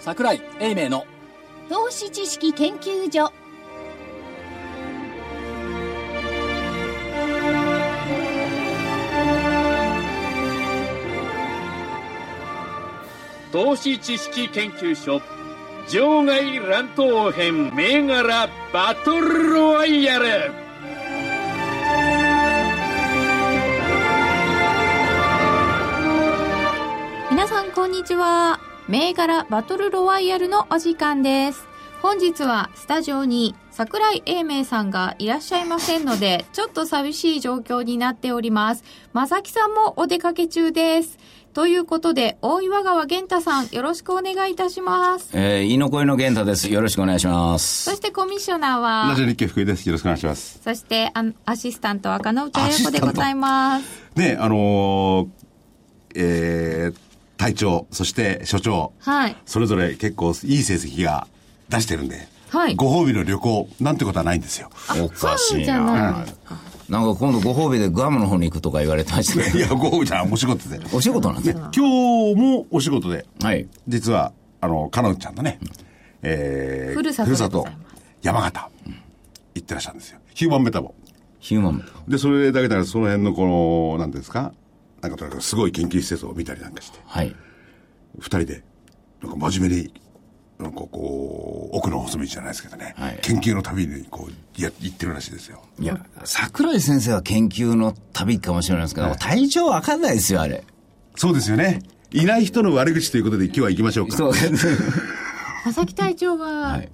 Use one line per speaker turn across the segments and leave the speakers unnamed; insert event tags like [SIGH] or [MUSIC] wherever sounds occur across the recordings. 桜井英明の
投資知識研究所
投資知識研究所場外乱闘編銘柄バトルロワイヤル
皆さんこんにちは銘柄バトルロワイヤルのお時間です本日はスタジオに桜井英明さんがいらっしゃいませんのでちょっと寂しい状況になっております正木さんもお出かけ中ですということで大岩川源太さんよろしくお願いいたします
えー、犬の声の源太です。よろしくお願いしま
そ
す。
してコミッショナー
ラジ
は
オ日経福井です。よろしくお願いします。
そしてあアシスタントは赤野内彩子でございます
ね、あのーえー、隊長、そして所長、
はい
それぞれ結構いい成績が出してるんで、
はい
ご褒美の旅行、なんてことはないんですよ。
おかしい
じゃ
[LAUGHS]
な。
ない
なんか今度ご褒美でグアムの方に行くとか言われてました
[LAUGHS]
い
け
や、ご褒美じゃない、お仕事で。ね、
ど。お仕事なんですね。
今日もお仕事で、
はい。
実は、あの、かのんちゃんのね、えー、
ふるさとでございます
山形、行ってらっしゃるんですよ。ヒューマンメタボ。
ヒューマンも。
で、それだけならその辺のこの、なんですか、なんかとにかくすごい研究施設を見たりなんかして。
はい。
二人で、なんか真面目に、なんかこう、奥の細道じゃないですけどね、
はい
研究の旅にこう、や、行ってるらしいですよ。
いや、桜井先生は研究の旅かもしれないですけど、体調わかんないですよ、あれ。
そうですよね。いない人の悪口ということで今日は行きましょうか。
そう。
佐々木隊長は
はい。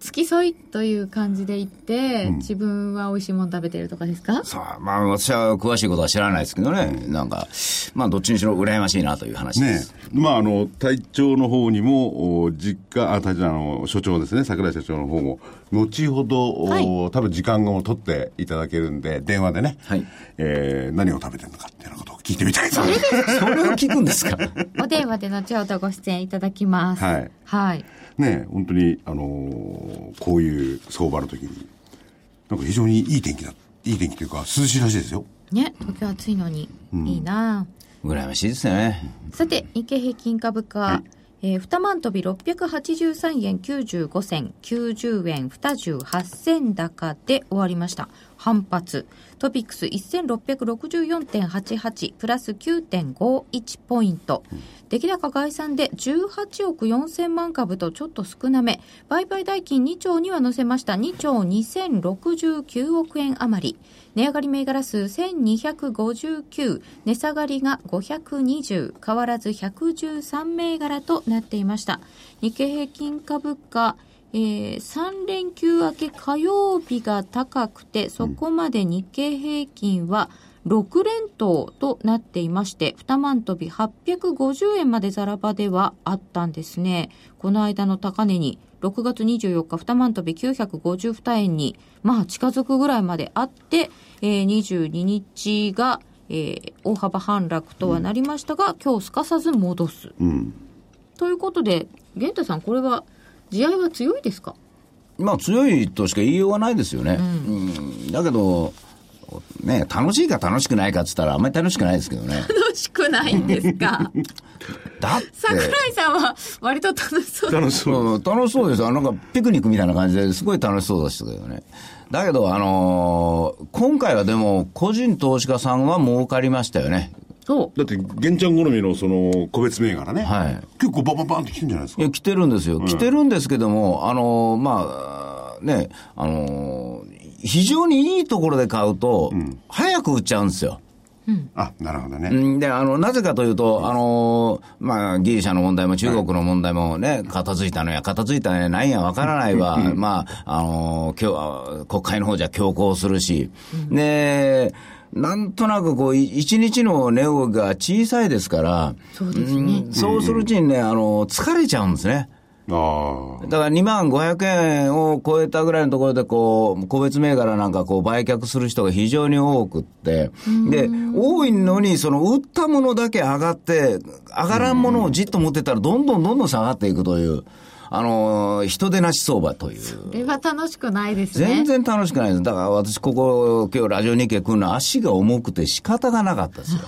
付き添いという感じで行って、自分は美味しいもの食べてるとかですか
さあ、まあ私は詳しいことは知らないですけどね。なんか、まあどっちにしろ羨ましいなという話で
ね
す。
えまあ、あの、隊長の方にも、お実家、あ、隊長、あの、所長ですね、桜井所長の方も、後ほど、お
はい
多分時間を取っていただけるんで、電話でね、
はい
えー何を食べてるのかっていうようなことを聞いてみたいと思います。
それを聞くんですか
お電話で後ほどご出演いただきます。
はい
はい。
ねえ本当に、あのーこういう相場の時に、なんか非常にいい天気だ、いい天気というか、涼しいらしいですよ。
ね、東京暑いのに、いいな
羨ましいですね。
あさて、日経平均株価、えー、二万飛び683円95銭、90円28銭高で終わりました。反発。トピックス1664.88、プラス9.51ポイント。出来高概算で18億4000万株とちょっと少なめ。売買代金2兆には乗せました2兆2069億円余り。値上がり銘柄数1259、値下がりが520、変わらず113銘柄となっていました。日経平均株価、え3連休明け火曜日が高くて、そこまで日経平均は6連投となっていまして、2万飛び850円までザラ場ではあったんですね。この間の高値に、6月24日、2万飛び952円に、まあ近づくぐらいまであって、えー22日が、えー大幅反落とはなりましたが、今日すかさず戻す。ということで、源太さん、これは、地合いは強いですか
まあ強いとしか言いようがないですよね。うんだけど、ね、楽しいか楽しくないかっつったらあんまり楽しくないですけど [LAUGHS] ね。
楽しくないんですか
だって、
桜井さんは割と楽しそう
楽しそう。
うん楽しそうですよ。なんかピクニックみたいな感じですごい楽しそうでしたけどね。だけど、あのー今回はでも個人投資家さんは儲かりましたよね。
そ
だって、玄ちゃん好みのその、個別銘柄ね。
はい
結構バンバンバンって来てんじゃないです
い
か。
や、来てるんですよ。来てるんですけども、あのーまあ、ね、あのー非常にいいところで買うと、早く売っちゃうんですよ。
あ、なるほどね。
うんで、あの、なぜかというと、あのーまあ、ギリシャの問題も中国の問題もね、片付いたのや、片付いたのや、ないや、わからないわ。まあ、あのー今日あ、国会の方じゃ強行するし。で、なんとなくこう、い一日の値動きが小さいですから、
そうですね
うんそうするうちにね、あのー疲れちゃうんですね。
ああ。
だから2万500円を超えたぐらいのところで、こう、個別銘柄なんかこう、売却する人が非常に多くって、で、多いのに、その、売ったものだけ上がって、上がらんものをじっと持ってたら、どんどんどんどん下がっていくという、あのー、人出なし相場という。
う。これは楽しくないですね。
全然楽しくないです。だから私、ここ、今日ラジオ日経来るのは足が重くて仕方がなかったですよ。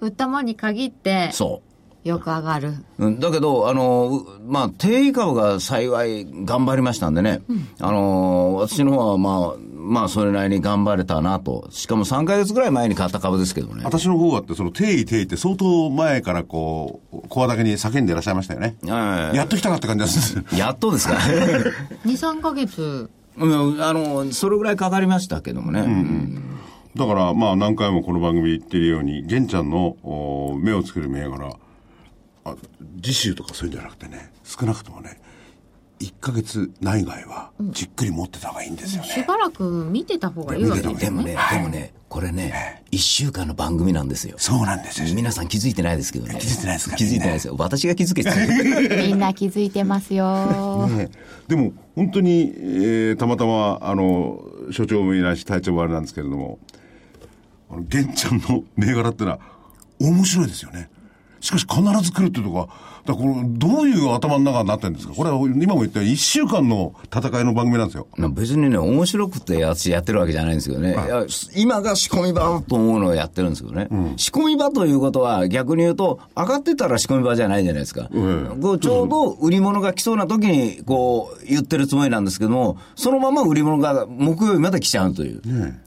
売ったもんに限って、
そう。
よく上がる。
うんだけど、あの、うまあ、定位株が幸い頑張りましたんでね、あの、私の方は、まあ、まあ、それなりに頑張れたなと。しかも3ヶ月ぐらい前に買った株ですけどね。
私の方はって、その定位定位って相当前からこう、声だけに叫んでいらっしゃいましたよね。
はい
やっと来たなって感じがする。
やっとです
[LAUGHS]
か
2、3ヶ月。
うんあの、それぐらいかかりましたけどもね。うん
だから、まあ何回もこの番組で言ってるように、玄ちゃんのお目をつける銘柄、あ次週とかそういうんじゃなくてね、少なくともね、1ヶ月内外はじっくり持ってた方がいいんですよね。
しばらく見てた方がいいわけです
で
よ
も
ね。
ね、でもね、これね、1週間の番組なんですよ。
そうなんですよ。
皆さん気づいてないですけどね。
気づいてないですか
気づいてないですよ。私が気づけてない。
みんな気づいてますよ。
ねでも本当に、えーたまたまあの所長もいないし隊長もあれなんですけれどもあの玄ちゃんの [LAUGHS] 銘柄ってのは面白いですよねしかし必ず来るっていうとこはだからこれどういう頭の中になってるんですかこれは今も言ったように1週間の戦いの番組なんですよ
な別にね、面白くて私やってるわけじゃないんですけどね。いや今が仕込み場と思うのをやってるんですけどね。仕込み場ということは逆に言うと、上がってたら仕込み場じゃないじゃないですか。こうちょうど売り物が来そうな時に、こう、言ってるつもりなんですけども、そのまま売り物が木曜日まで来ちゃうという。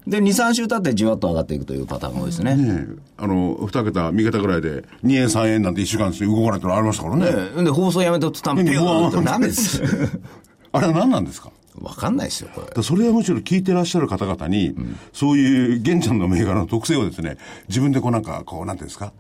で、2、3週経ってじわっと上がっていくというパターンが多いですね。
ねあの2桁3桁ぐらいで2円3円なんて1週間です動かないってのありましたからね
で、放送やめた途端、
うん
ペヨーン
う
と
ん
ダメです。 [LAUGHS]
あれは何なんですか
わかんないですよ、これ
だか。らそれはむしろ聞いてらっしゃる方々に、そういう玄ちゃんの銘柄の特性をですね、自分でこうなんか、こうなんていうんですか、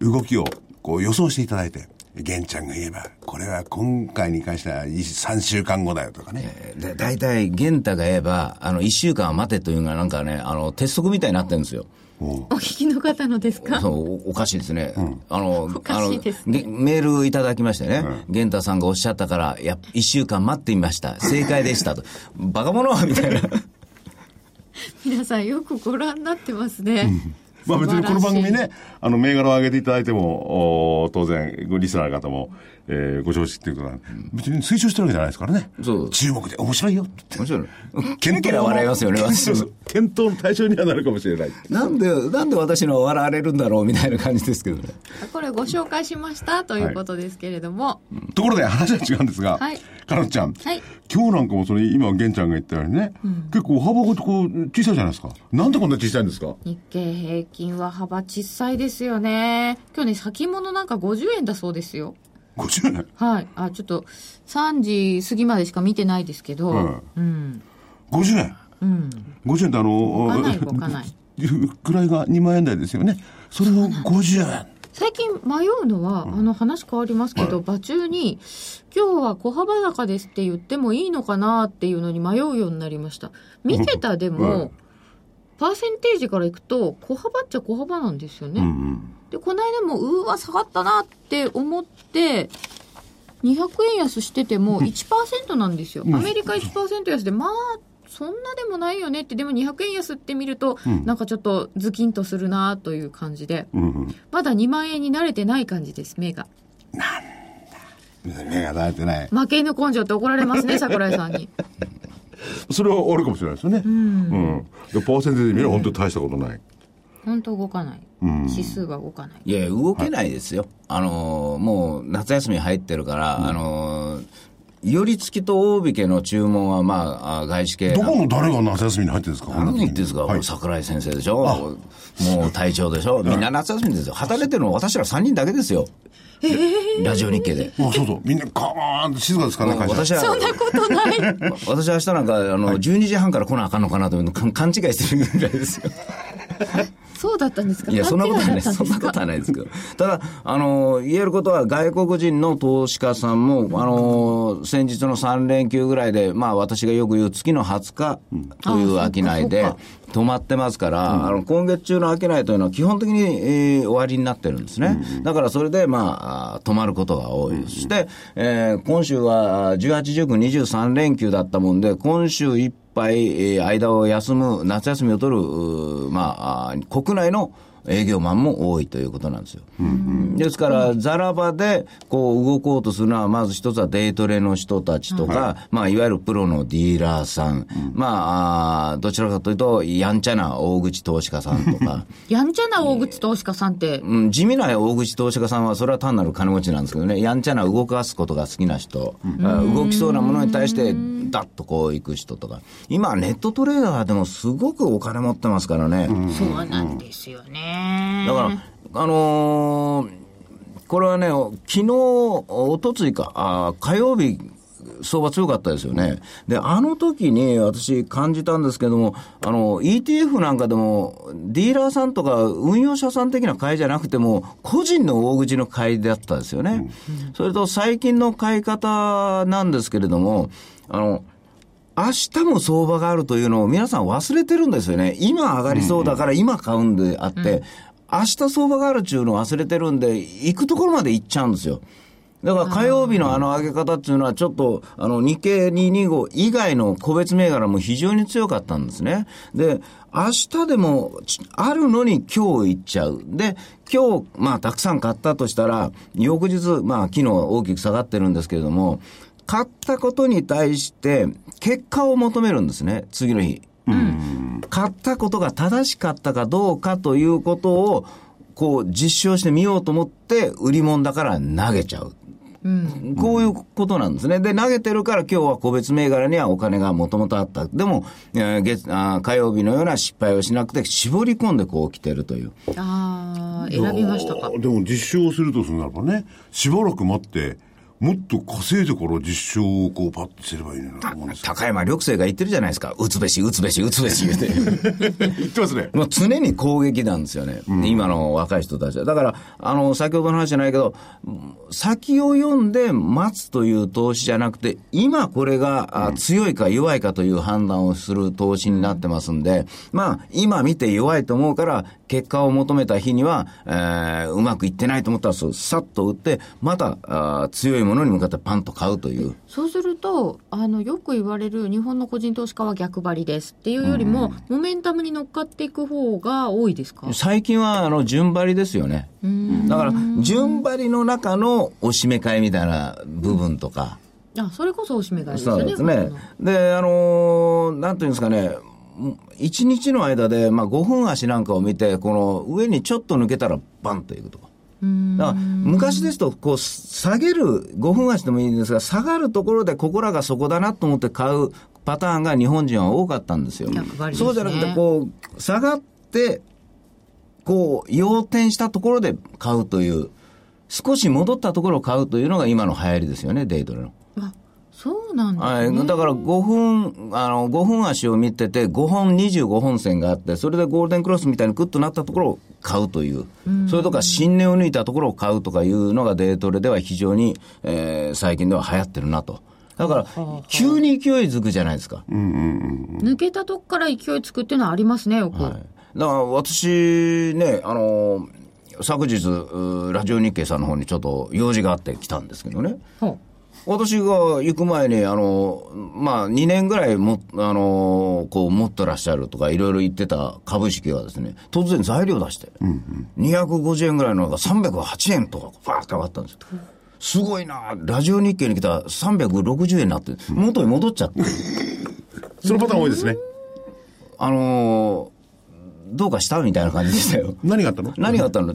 動きをこう予想していただいて、玄ちゃんが言えば、これは今回に関しては3週間後だよとかね。
で大体、玄太が言えば、あの、一週間は待てというのが、なんかね、あの、鉄則みたいになってるんですよ。
お聞きの方のですか
そう、おおかしいですね。あの、
かしいです
あのげメールいただきましてね、玄太さんがおっしゃったから、や、一週間待ってみました。正解で
[LAUGHS]
したと。バカ者みたいな。
皆さんよくご覧になってますね。
まあ別にこの番組
素晴らしい。
ね、あの銘柄を上げていただいても、お当然、リスナーの方も、えーご承知っていうことなんで、別に推奨してるわけじゃないですからね。
そう
注目で面白いよって。
もちろん。 [LAUGHS] ケラケラ笑いますよね、私
[LAUGHS] そ
[LAUGHS]
うそう検討の対象にはなるかもしれない。
なんで、なんで私の笑われるんだろうみたいな感じですけどね。
これご紹介しましたということですけれども、
ところで話は違うんですが、
はい
かのちゃん、
はい
今日なんかもそれ今玄ちゃんが言ったようにね、結構幅がこう小さいじゃないですかなんでこんな小さいんですか
日経平均は幅小さいですよね。今日ね、先物なんか50円だそうですよ。
50年
はい。あ、ちょっと、3時過ぎまでしか見てないですけど、
うん
うん。
50円
うん。
50円ってあの
動かない動かない
[LAUGHS] 位が2万円台ですよねそれを50円
最近迷うのは、あの話変わりますけど、場中に、今日は小幅高ですって言ってもいいのかなっていうのに迷うようになりました。見てたでも、
[LAUGHS] はい
パーセンテージからいくと、小幅っちゃ小幅なんですよね。
うん
で、この間も、うーわ、下がったなって思って、200円安してても1%なんですよ。アメリカ1%安で、まあ、そんなでもないよねって、でも200円安って見ると、なんかちょっとズキンとするなという感じで、
うんうん
まだ2万円に慣れてない感じです、目が。
目が慣れてない
負け犬根性って怒られ
[LAUGHS]
ますね、桜井さんに。
それはあるかもしれないですよねうん、でパーセンテージで見れば本当に大したことない、
本当動かない。指数が動かない。
いや、動けないですよ。あのー、もう夏休み入ってるから、あのー、寄り付きと大引けの注文は、まああ、外資系。
どこの誰が夏休みに入ってるんですか
何言ってんですか、
はい
桜井先生でしょ、もう隊長でしょ、みんな夏休みですよ、働いてるの私ら3人だけですよ、ラジオ日経で。
あそうそうみんなカーンって静かですからね会社
私は、そんなこと [LAUGHS] ない。私は明日なんか、あの、12時半から来なあかんのかなというのか勘違いしてるぐらいですよ。
そうだったんですか
いや、そんなことはな
勘違
いい、
だったん
そん
です
な
か
ことはないですけど。ただ、あの、言えることは外国人の投資家さんも、あの、先日の3連休ぐらいで、まあ私がよく言う月の20日という
あ
商
あ
いで
そうか、
止まってますから、あの今月中の商いというのは基本的に、えー終わりになってるんですね。だからそれで、まああー、止まることが多い。そして、えー今週はあー18、19、23連休だったもんで、今週いっぱい、えー間を休む、夏休みを取る、うーまああー、国内の営業マンも多いということなんですよ。ですから、ザラ場でこう動こうとするのは、まず一つはデイトレの人たちとか、まあ、いわゆるプロのディーラーさん、まああー、どちらかというと、やんちゃな大口投資家さんと [LAUGHS] か、
やんちゃな大口投資家さんって、
うん、地味な大口投資家さんは、それは単なる金持ちなんですけどね、やんちゃな動かすことが好きな人、あ動きそうなものに対して、ダッとこう行く人とか、今、ネットトレーダーでもすごくお金持ってますからね、
そうなんですよね。
だから、あのーこれはね、昨日、おとついか、あー火曜日、相場強かったですよね。で、あの時に私感じたんですけども、あの、ETF なんかでも、ディーラーさんとか運用者さん的な買いじゃなくても、個人の大口の買いだったですよね。それと最近の買い方なんですけれども、あの、明日も相場があるというのを皆さん忘れてるんですよね。今上がりそうだから今買うんであって、明日相場があるっていうのを忘れてるんで、行くところまで行っちゃうんですよ。だから火曜日のあの上げ方っていうのはちょっと、あの、日経225以外の個別銘柄も非常に強かったんですね。で、明日でもちあるのに今日行っちゃう。で、今日、まあ、たくさん買ったとしたら、翌日、まあ、昨日大きく下がってるんですけれども、買ったことに対して、結果を求めるんですね、次の日。買ったことが正しかったかどうかということを、こう、実証してみようと思って、売り物だから投げちゃう。こういうことなんですね。で、投げてるから今日は個別銘柄にはお金がもともとあった。でも、えー月あー火曜日のような失敗をしなくて、絞り込んでこう来てるという。
あー選びましたか
いや。ーでも実証するとするならばね、しばらく待って、もっと稼いでから実証をこうパッとすればいいのになと思うんですよ。
高山緑星が言ってるじゃないですか。打つべし、打つべし、打つべし言って。
言ってますね。
もう常に攻撃なんですよね、今の若い人たちは。だから、あの、先ほどの話じゃないけど、うん先を読んで待つという投資じゃなくて、今これが、あ強いか弱いかという判断をする投資になってますんで、まあ、今見て弱いと思うから、結果を求めた日には、えーうまくいってないと思ったら、そうさっと売って、またあー強いものに向かってパンと買うという。
そうするとあの、よく言われる日本の個人投資家は逆張りですっていうよりも、モメンタムに乗っかっていく方が多いですか
最近は、あの、順張りですよね。だから、順張りの中のおしめ買いみたいな部分とか。
あそれこそおしめ買いです
そう
よね。
ですね。で、あのーなんていうんですかね、一日の間で、まあ、5分足なんかを見て、この上にちょっと抜けたら、バンといくとか。だから昔ですと、こう、下げる、5分足でもいいんですが、下がるところで、ここらがそこだなと思って買うパターンが日本人は多かったんですよ。
逆張りですね
そうじゃなくて、こう、下がって、こう、要点したところで買うという、少し戻ったところを買うというのが今の流行りですよね、デイトレの。
あそうなんです
は
ね。
い、だから5分、あの、5分足を見てて、5本、25本線があって、それでゴールデンクロスみたいにグッとなったところを買うという、それとか新値を抜いたところを買うとかいうのがデートレでは非常に、えー最近では流行ってるなと。だから、急に勢いづくじゃないですか。
抜けたとこから勢いつくっていうのはありますね、よく。
だから私ね、あの昨日、うラジオ日経さんの方にちょっと用事があって来たんですけどね。
ほ
私が行く前に、あの、まあ、2年ぐらいも、あの、こう、持ってらっしゃるとか、いろいろ言ってた株式がですね、突然材料出して、250円ぐらいのが308円とか、バーって上がったんですよ。すごいなラジオ日経に来たら360円になって、元に戻っちゃって。
そのパターン多いですね。
あのーどうかしたみたいな感じでしたよ。
何があったの
何があったの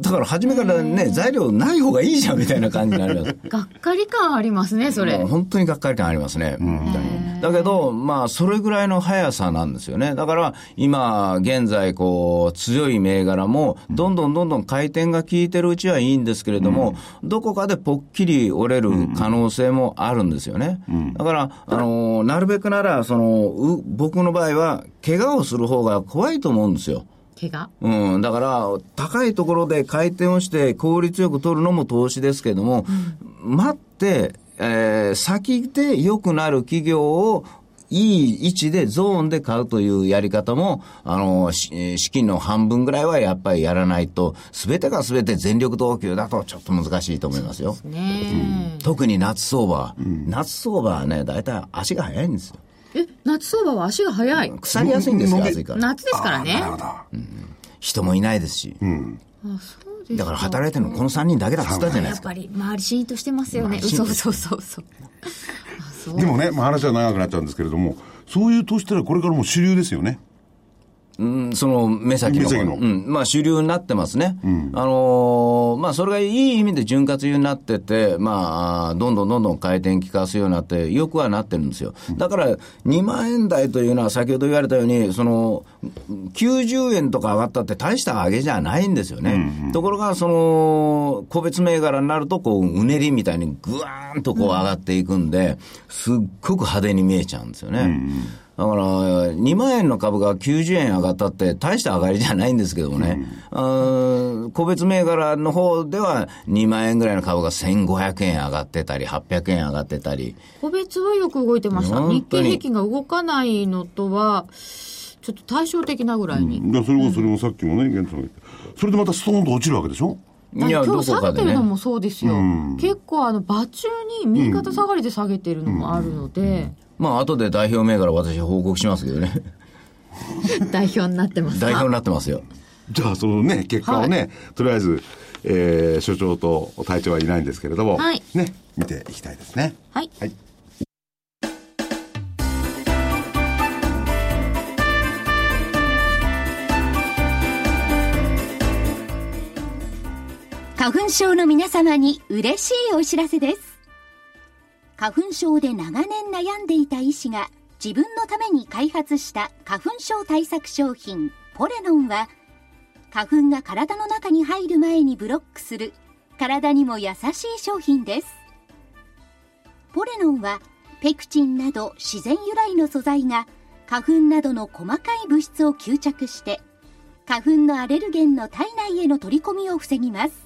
だから初めからね、材料ない方がいいじゃんみたいな感じになります。
う。がっかり感ありますね、それ
もう。本当にがっかり感ありますね。本当にだけど、まあ、それぐらいの速さなんですよね。だから、今、現在、こう、強い銘柄も、どんどんどんどん回転が効いてるうちはいいんですけれども、どこかでぽっきり折れる可能性もあるんですよね。だから、あのーなるべくなら、その、う僕の場合は、怪我をする方が怖いと思うんですよ。
怪我。
うん、だから、高いところで回転をして効率よく取るのも投資ですけども、待って、えー先で良くなる企業をいい位置で、ゾーンで買うというやり方も、あの、し資金の半分ぐらいはやっぱりやらないと、すべてがすべて全力投球だとちょっと難しいと思いますよ。
ね
特に夏相場、夏相場はね、大体足が速いんですよ。
え。え、夏相場は足が速い。
腐りやすいんですよ、
うん
暑いから。
夏ですからね。
だ。
人もいないですし、
あそうです
だから働いてるのこの3人だけだっつったじゃない
や
で
っ
すか。
ぱり周りシーンとしてますよね
シーン
そう
として
そうそうそうあそう
でもね、まあ、話は長くなっちゃうんですけれどもそういう投資ってのはこれからもう主流ですよね
うん、その目先の
目先の
うん、まあ主流になってますね。あのーまあそれがいい意味で潤滑油になってて、まあ、どんどんどんどん回転効かすようになって、よくはなってるんですよ。だから、2万円台というのは先ほど言われたように、その、90円とか上がったって大した上げじゃないんですよね。ところが、その、個別銘柄になると、こう、うねりみたいにぐわーんとこう上がっていくんで、すっごく派手に見えちゃうんですよね。だから、2万円の株が90円上がったって、大した上がりじゃないんですけどもね、あー個別銘柄の方では、2万円ぐらいの株が1500円上がってたり、800円上がってたり、
個別はよく動いてました
本
日
当
経
に
平均が動かないのとはちょっと対照的なぐらいに、
だからそれこそそれもさっきもね源さんが言ったそれでまたストーンと落ちるわけでしょ
いや、
今
ど
日
こ
下
か
げて
で
るの
ね。
もそうですよ、結構あの場中に右肩下がりで下げてるのもあるので、
まあ、後で代表銘柄、私、報告しますけどね、
代表になってます
代表になってますよ。
じゃあそのね結果をね、とりあえず、えー所長と隊長はいないんですけれども、
はい
ね見ていきたいですね
はい
はい
花粉症の皆様に嬉しいお知らせです。花粉症で長年悩んでいた医師が自分のために開発した花粉症対策商品ポレノンは花粉が体の中に入る前にブロックする体にも優しい商品です。ポレノンはペクチンなど自然由来の素材が花粉などの細かい物質を吸着して花粉のアレルゲンの体内への取り込みを防ぎます。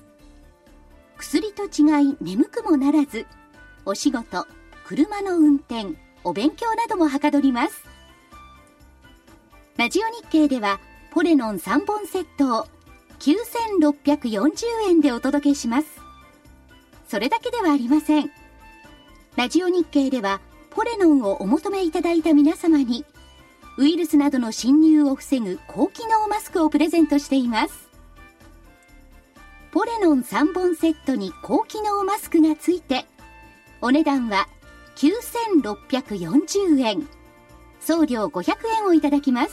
薬と違い眠くもならずお仕事車の運転お勉強などもはかどりますラジオ日経ではポレノン3本セットを9640円でお届けしますそれだけではありませんラジオ日経ではポレノンをお求めいただいた皆様にウイルスなどの侵入を防ぐ高機能マスクをプレゼントしていますポレノン3本セットに高機能マスクがついてお値段は9640円送料500円をいただきます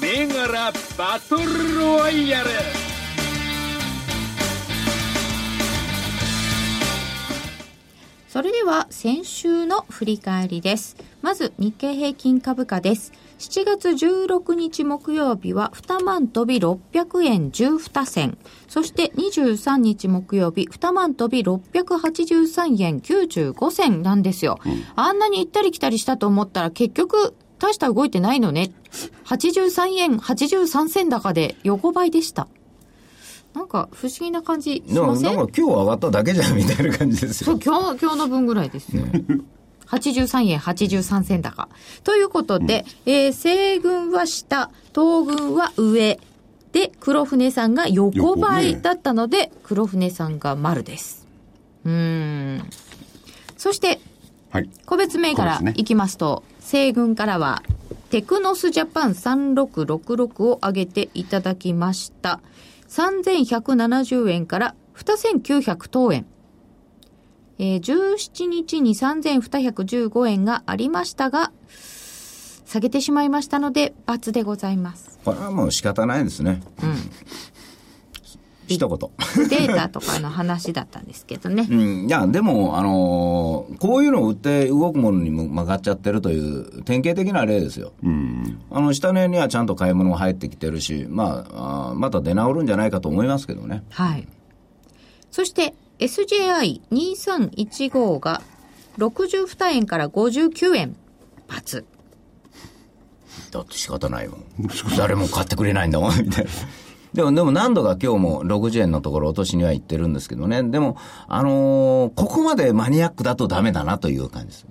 銘柄バトルロワイヤル
それでは先週の振り返りです。まず日経平均株価です。7月16日木曜日は2万飛び600円12銭。そして23日木曜日2万飛び683円95銭なんですよ。あんなに行ったり来たりしたと思ったら結局大した動いてないのね。83円83銭高で横ばいでした。なんか不思議な感じし
でも
ま
なん
せ
か
ん
今日上がっただけじゃんみたいな感じです
そう
よ。
今日今日の分ぐらいです [LAUGHS] よ。83円83銭高。ということで、えー西軍は下、東軍は上。で、黒船さんが横ば
横
い
ね
だったので、黒船さんが丸です。うーん。そして、
はい
個別銘柄
個別ね
いきますと、西軍からは、テクノスジャパン3666を上げていただきました。3170円から2900等円。えー17日に3215円がありましたが、下げてしまいましたので、×でございます。
これはもう仕方ないですね。一言。
データとかの話だったんですけどね。
うん、いや、でも、あのーこういうのを売って動くものにも曲がっちゃってるという典型的な例ですよ。あの、下値にはちゃんと買い物も入ってきてるし、まあ、あーまた出直るんじゃないかと思いますけどね。
はい。そして、SJI2315 が62円から59円発。
だって仕方ないもん。誰も買ってくれないんだもん、 [LAUGHS] みたいな。でも、でも何度か今日も60円のところ落としには行ってるんですけどね。でも、あのーここまでマニアックだとダメだなという感じです。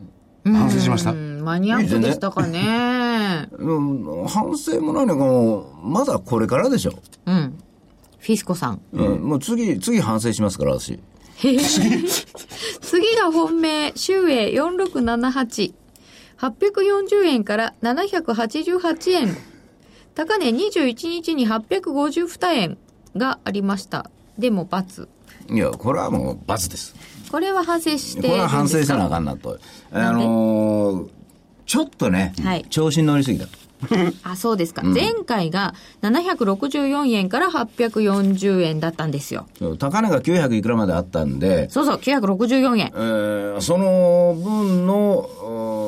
反省しました
うん、マニアックでしたかね。
うん、反省も何かもう、まだこれからでしょ。
うん。フィスコさん。
うん、もう次、次反省しますから、私。
へえ次が本命、周英4678。840円から788円。高値21日に852円がありました。でも×。
いや、これはもう罰です。
これは反省してるんですか。
これは反省せなあかんなと。あのーちょっとね、
はい
調子に乗りすぎた。
あ、そうですか。前回が764円から840円だったんですよ。
そう高値が900いくらまであったんで、
そうそう、964円
え。ーその分の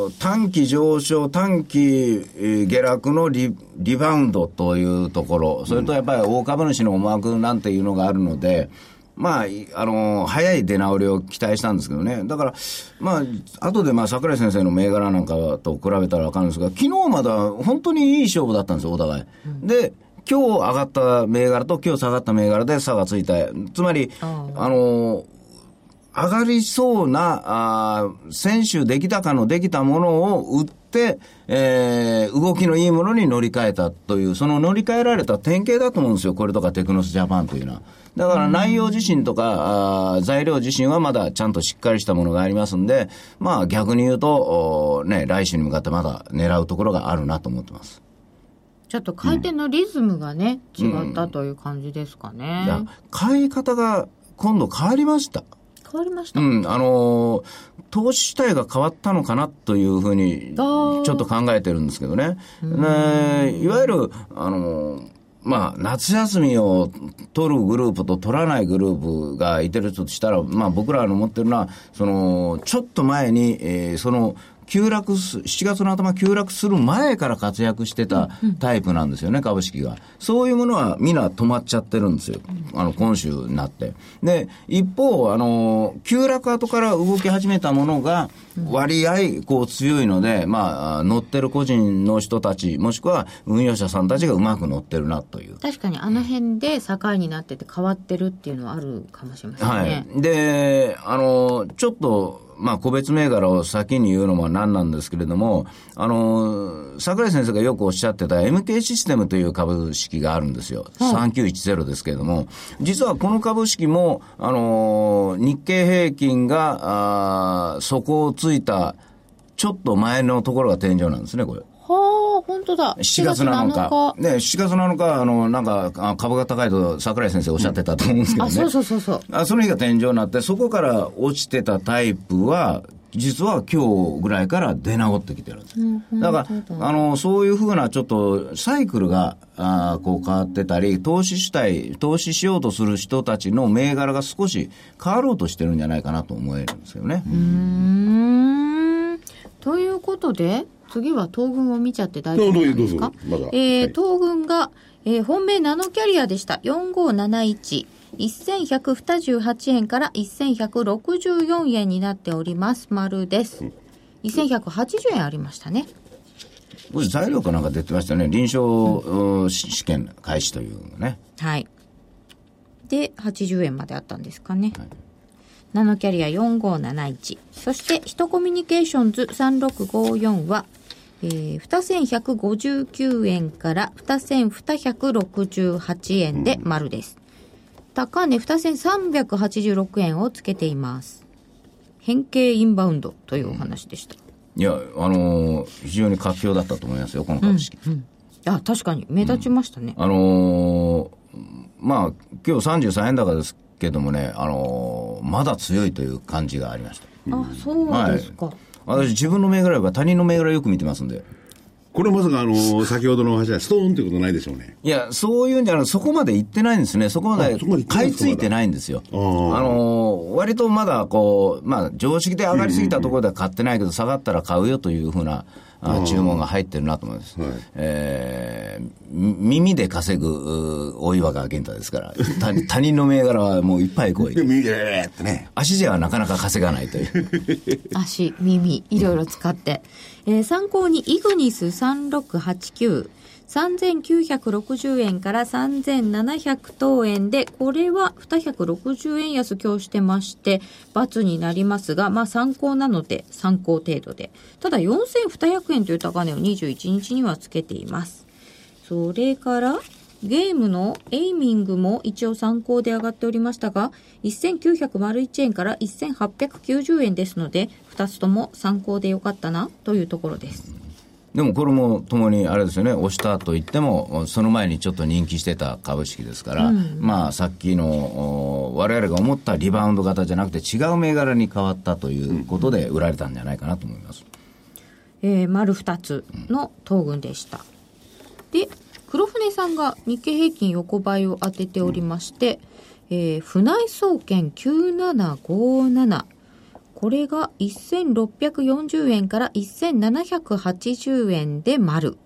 お短期上昇、短期えー下落のリリバウンドというところ、それとやっぱり大株主の思惑なんていうのがあるので、まあ、いあのー早い出直りを期待したんですけどね、だから、まあ後でまあ桜井先生の銘柄なんかと比べたら分かるんですが、昨日まだ本当にいい勝負だったんですよ、お互い。で今日上がった銘柄と今日下がった銘柄で差がついた。つまり、
あ
あのー上がりそうな、あー先週出来高のできたものを売って、えー動きのいいものに乗り換えたという、その乗り換えられた典型だと思うんですよ。これとかテクノスジャパンというのは。だから内容自身とか、あー材料自身はまだちゃんとしっかりしたものがありますんで、まあ逆に言うと、おーね、来週に向かってまだ狙うところがあるなと思ってます。
ちょっと回転のリズムがね、違ったという感じですかね
い。や、買い方が今度変わりました。
変わりました。
うん、あのー投資自体が変わったのかなというふうに、ち
あ
ょ
ー
っと考えてるんですけどね。ねいわゆる、あのーまあ、夏休みを取るグループと取らないグループがいてるとしたら、まあ、僕らの持ってるのは、その、ちょっと前に、えーその、急落す、7月の頭急落する前から活躍してたタイプなんですよね、株式が。そういうものはみんな止まっちゃってるんですよ。あの、今週になって。で、一方、あの、急落後から動き始めたものが、割合、こう強いので、まあ、乗ってる個人の人たち、もしくは運用者さんたちがうまく乗ってるなという。
確かにあの辺で境になってて変わってるっていうのはあるかもしれません
は
ね。
い。で、あの、ちょっと、まあ、個別銘柄を先に言うのも何なんですけれども、あの、桜井先生がよくおっしゃってた MK システムという株式があるんですよ。3910ですけれども、実はこの株式も、あの、日経平均が、あー底をついた、ちょっと前のところが天井なんですね、これ。
はあ、本当だ。
7月7日。
7
ね、7月7日、あの、なんか、あ株が高いと桜井先生おっしゃってたと思うんですけどね。
あ、そうそうそうそう。
あその日が天井になって、そこから落ちてたタイプは、実は今日ぐらいから出直ってきてるんです。だから、あの、そういうふうなちょっとサイクルが、あーこう変わってたり、投資主体、投資しようとする人たちの銘柄が少し変わろうとしてるんじゃないかなと思えるんですよね。
うーんということで、次は東軍を見ちゃって大丈夫なんですか
どうぞどうぞま
え
だ
ー
はい
東軍が、えー本命ナノキャリアでした。4571。1128円から1164円になっております。丸です。1180円ありましたね。
これ材料かなんか出てましたよね。臨床、うんし試験開始というのね。
はい。で、80円まであったんですかね。ナノキャリア4571。そして、ヒトコミュニケーションズ3654は、えー、2159円から2268円で丸です。高値2386円をつけています。変形インバウンドというお話でした。
いや、あのー非常に活況だったと思いますよ、この株式。
あ、確かに目立ちましたね。
あのーまあ、今日33円高ですけどもね、あのーまだ強いという感じがありました。
あ、そうですか。
私、自分の銘柄よりは他人の銘柄よく見てますんで。
これまさかあの、先ほどのお話はストーンってことないでしょうね。
いや、そういうんじゃなくそこまで行ってないんですね。そこまで
あそこまで行ってない
買い付いてないんですよ。あ
まだ
のー割とまだこう、まあ、常識で上がりすぎたところでは買ってないけど、下がったら買うよというふうな、あ注文が入ってるなと思います。
はい
えーみ耳で稼ぐ、う大岩川源太ですから、他 [LAUGHS] 他人の銘柄はもういっぱい来い
で、。見えーってね。
足ではなかなか稼がないという。 [LAUGHS]
足、耳、いろいろ使って。えー参考に、イグニス3689。3960円から3700等円で、これは260円安今日してまして、罰になりますが、まあ参考なので、参考程度で。ただ4200円という高値を21日にはつけています。それから、ゲームのエイミングも一応参考で上がっておりましたが、1901円から1890円ですので、2つとも参考でよかったなというところです。
でもこれもともにあれですよね、押したといっても、その前にちょっと人気してた株式ですから、まあさっきの、お我々が思ったリバウンド型じゃなくて、違う銘柄に変わったということで、売られたんじゃないかなと思います。
えー丸2つの東軍でした。で、黒船さんが日経平均横ばいを当てておりまして、えー船井総研9757。これが1640円から1780円で丸。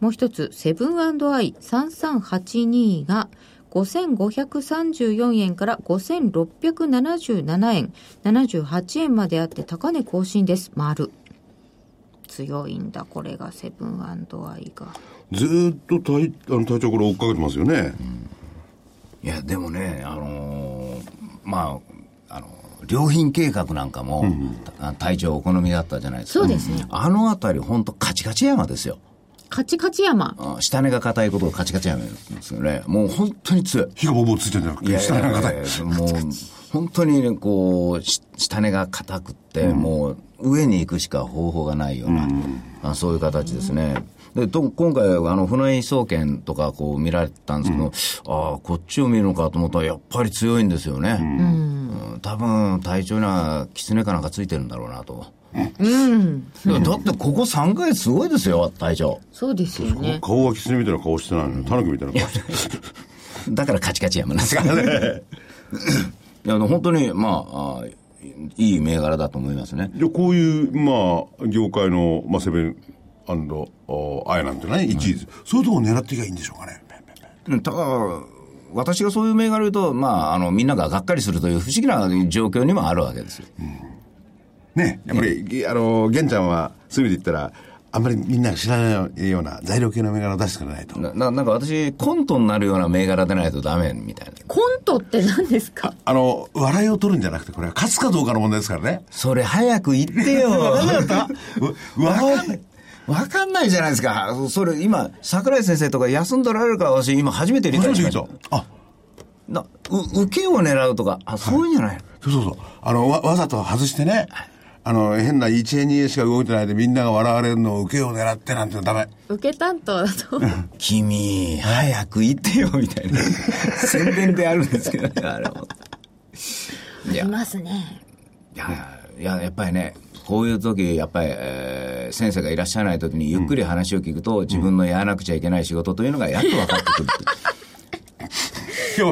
もう一つ、セブンアイ3382が5534円から5677円、78円まであって高値更新です。丸。強いんだ、これがセブンアイが。
ずーっと体あの体調から追っかけてますよね、
いや、でもね、あのーまあ、あの良品計画なんかも、た体調お好みだったじゃないですか。
そうですね
あのあたり、本当カチカチ山ですよ。
カチカチ山。
あ下根が硬いことをカチカチ山ですよね。もう本当に強い。
火がぼぼついてんじゃなく
い
て
や
下の中
いや
で
いやもう、本当にね、こう、し下根が硬くって、もう、上に行くしか方法がないような、あそういう形ですね。で、と今回、あの、船井総研とか、こう、見られてたんですけど、ああ、こっちを見るのかと思ったら、やっぱり強いんですよね。うん多分、体調には、狐かなんかついてるんだろうなと。うんだって、ここ3回すごいですよ、体調。
そうですよね。
顔は狐みたいな顔してないのにタヌキみたいな顔して [LAUGHS]
だからカチカチや [LAUGHS] めなんですからね。いや、あの本当に、まああ、いい銘柄だと思いますね。
じゃあこういう、まあ、業界の、まあ、セブンアンドアイなんてね、一位です、そういうところを狙っていけばいいんでしょうかね。
うんただ、私がそういう銘柄を言うと、まあ、あの、みんなががっかりするという不思議な状況にもあるわけですよ。
ね、やっぱり、げあの、玄ちゃんは、そういう意味で言ったら、あんまりみんなが知らないような材料系の銘柄を出してくれないと。
な、ななんか私、コントになるような銘柄でないとダメみたいな。
コントって何ですか
あの、笑いを取るんじゃなくて、これは勝つかどうかの問題ですからね。
それ早く言って [LAUGHS] よ。
う
わか
笑
んない
い。。
わかんないじゃないですか。それ今、桜井先生とか休んどられるから私今初めて理
初め
解
て
し
聞
ま
い
した
た。。あ、
なう受けを狙うとか、あ、そういうんじゃないの
そうそうそう。あの、わ、わざと外してね、あの、変な1円2円しか動いてないでみんなが笑われるのを受けを狙ってなんてのダメ。
受け担当だと。
君、早く行ってよ、みた [LAUGHS] いな。宣伝であるんですけどね、あれも。いや、い
ますね。
や、いややっぱりね、こういう時、やっぱり、えー先生がいらっしゃらない時にゆっくり話を聞くと、自分のやらなくちゃいけない仕事というのがやっと分かってく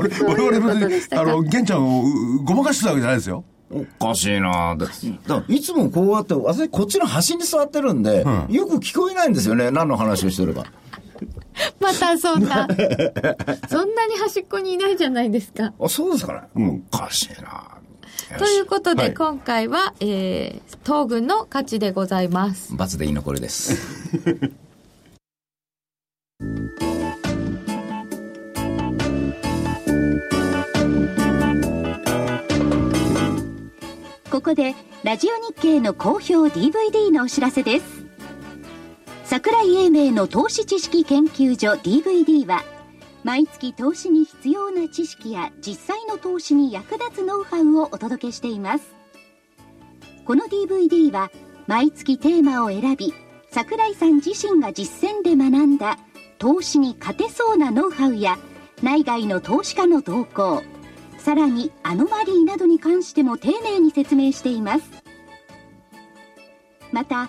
るって。
いや、俺、
ういう
俺、
こと
俺
で
別
し
に、
た
あ
か
の、玄ちゃんをうごまかしてたわけじゃないですよ。
おかしいなぁだだからいつもこうやって、私こっちの端に座ってるんで、よく聞こえないんですよね、何の話をしてるか。
またそん [LAUGHS] な。そんなに端っこにいないじゃないですか。
あ、そうですかね。
うん
おかしいなぁよ
という
し。
ことで、
はい
今回は、えー、東軍の勝ちでございます。
罰でいいのこれです。
ここでラジオ日経の好評 DVD のお知らせです桜井英明の投資知識研究所 DVD は毎月投資に必要な知識や実際の投資に役立つノウハウをお届けしていますこの DVD は毎月テーマを選び桜井さん自身が実践で学んだ投資に勝てそうなノウハウや内外の投資家の動向さらにアノマリーなどに関しても丁寧に説明していますまた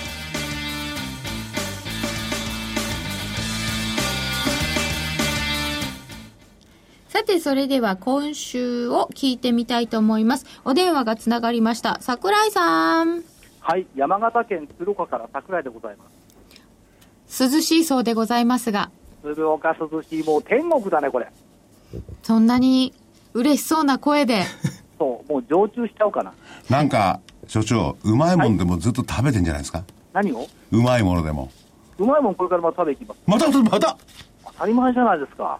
さて、それでは今週を聞いてみたいと思います。お電話がつながりました。桜井さん。
はい、山形県鶴岡から桜井でございます。
涼しいそうでございますが、
鶴岡涼しい、もう天国だね、これ。
そんなに嬉しそうな声で。
そう、もう常駐しちゃおうかな。
なんか、所長、うまいもんでもずっと食べてんじゃないですか
何を
うまいものでも。
うまいもんこれからまた食べに行きま
ま
す。
たまた
当たり前じゃないですか。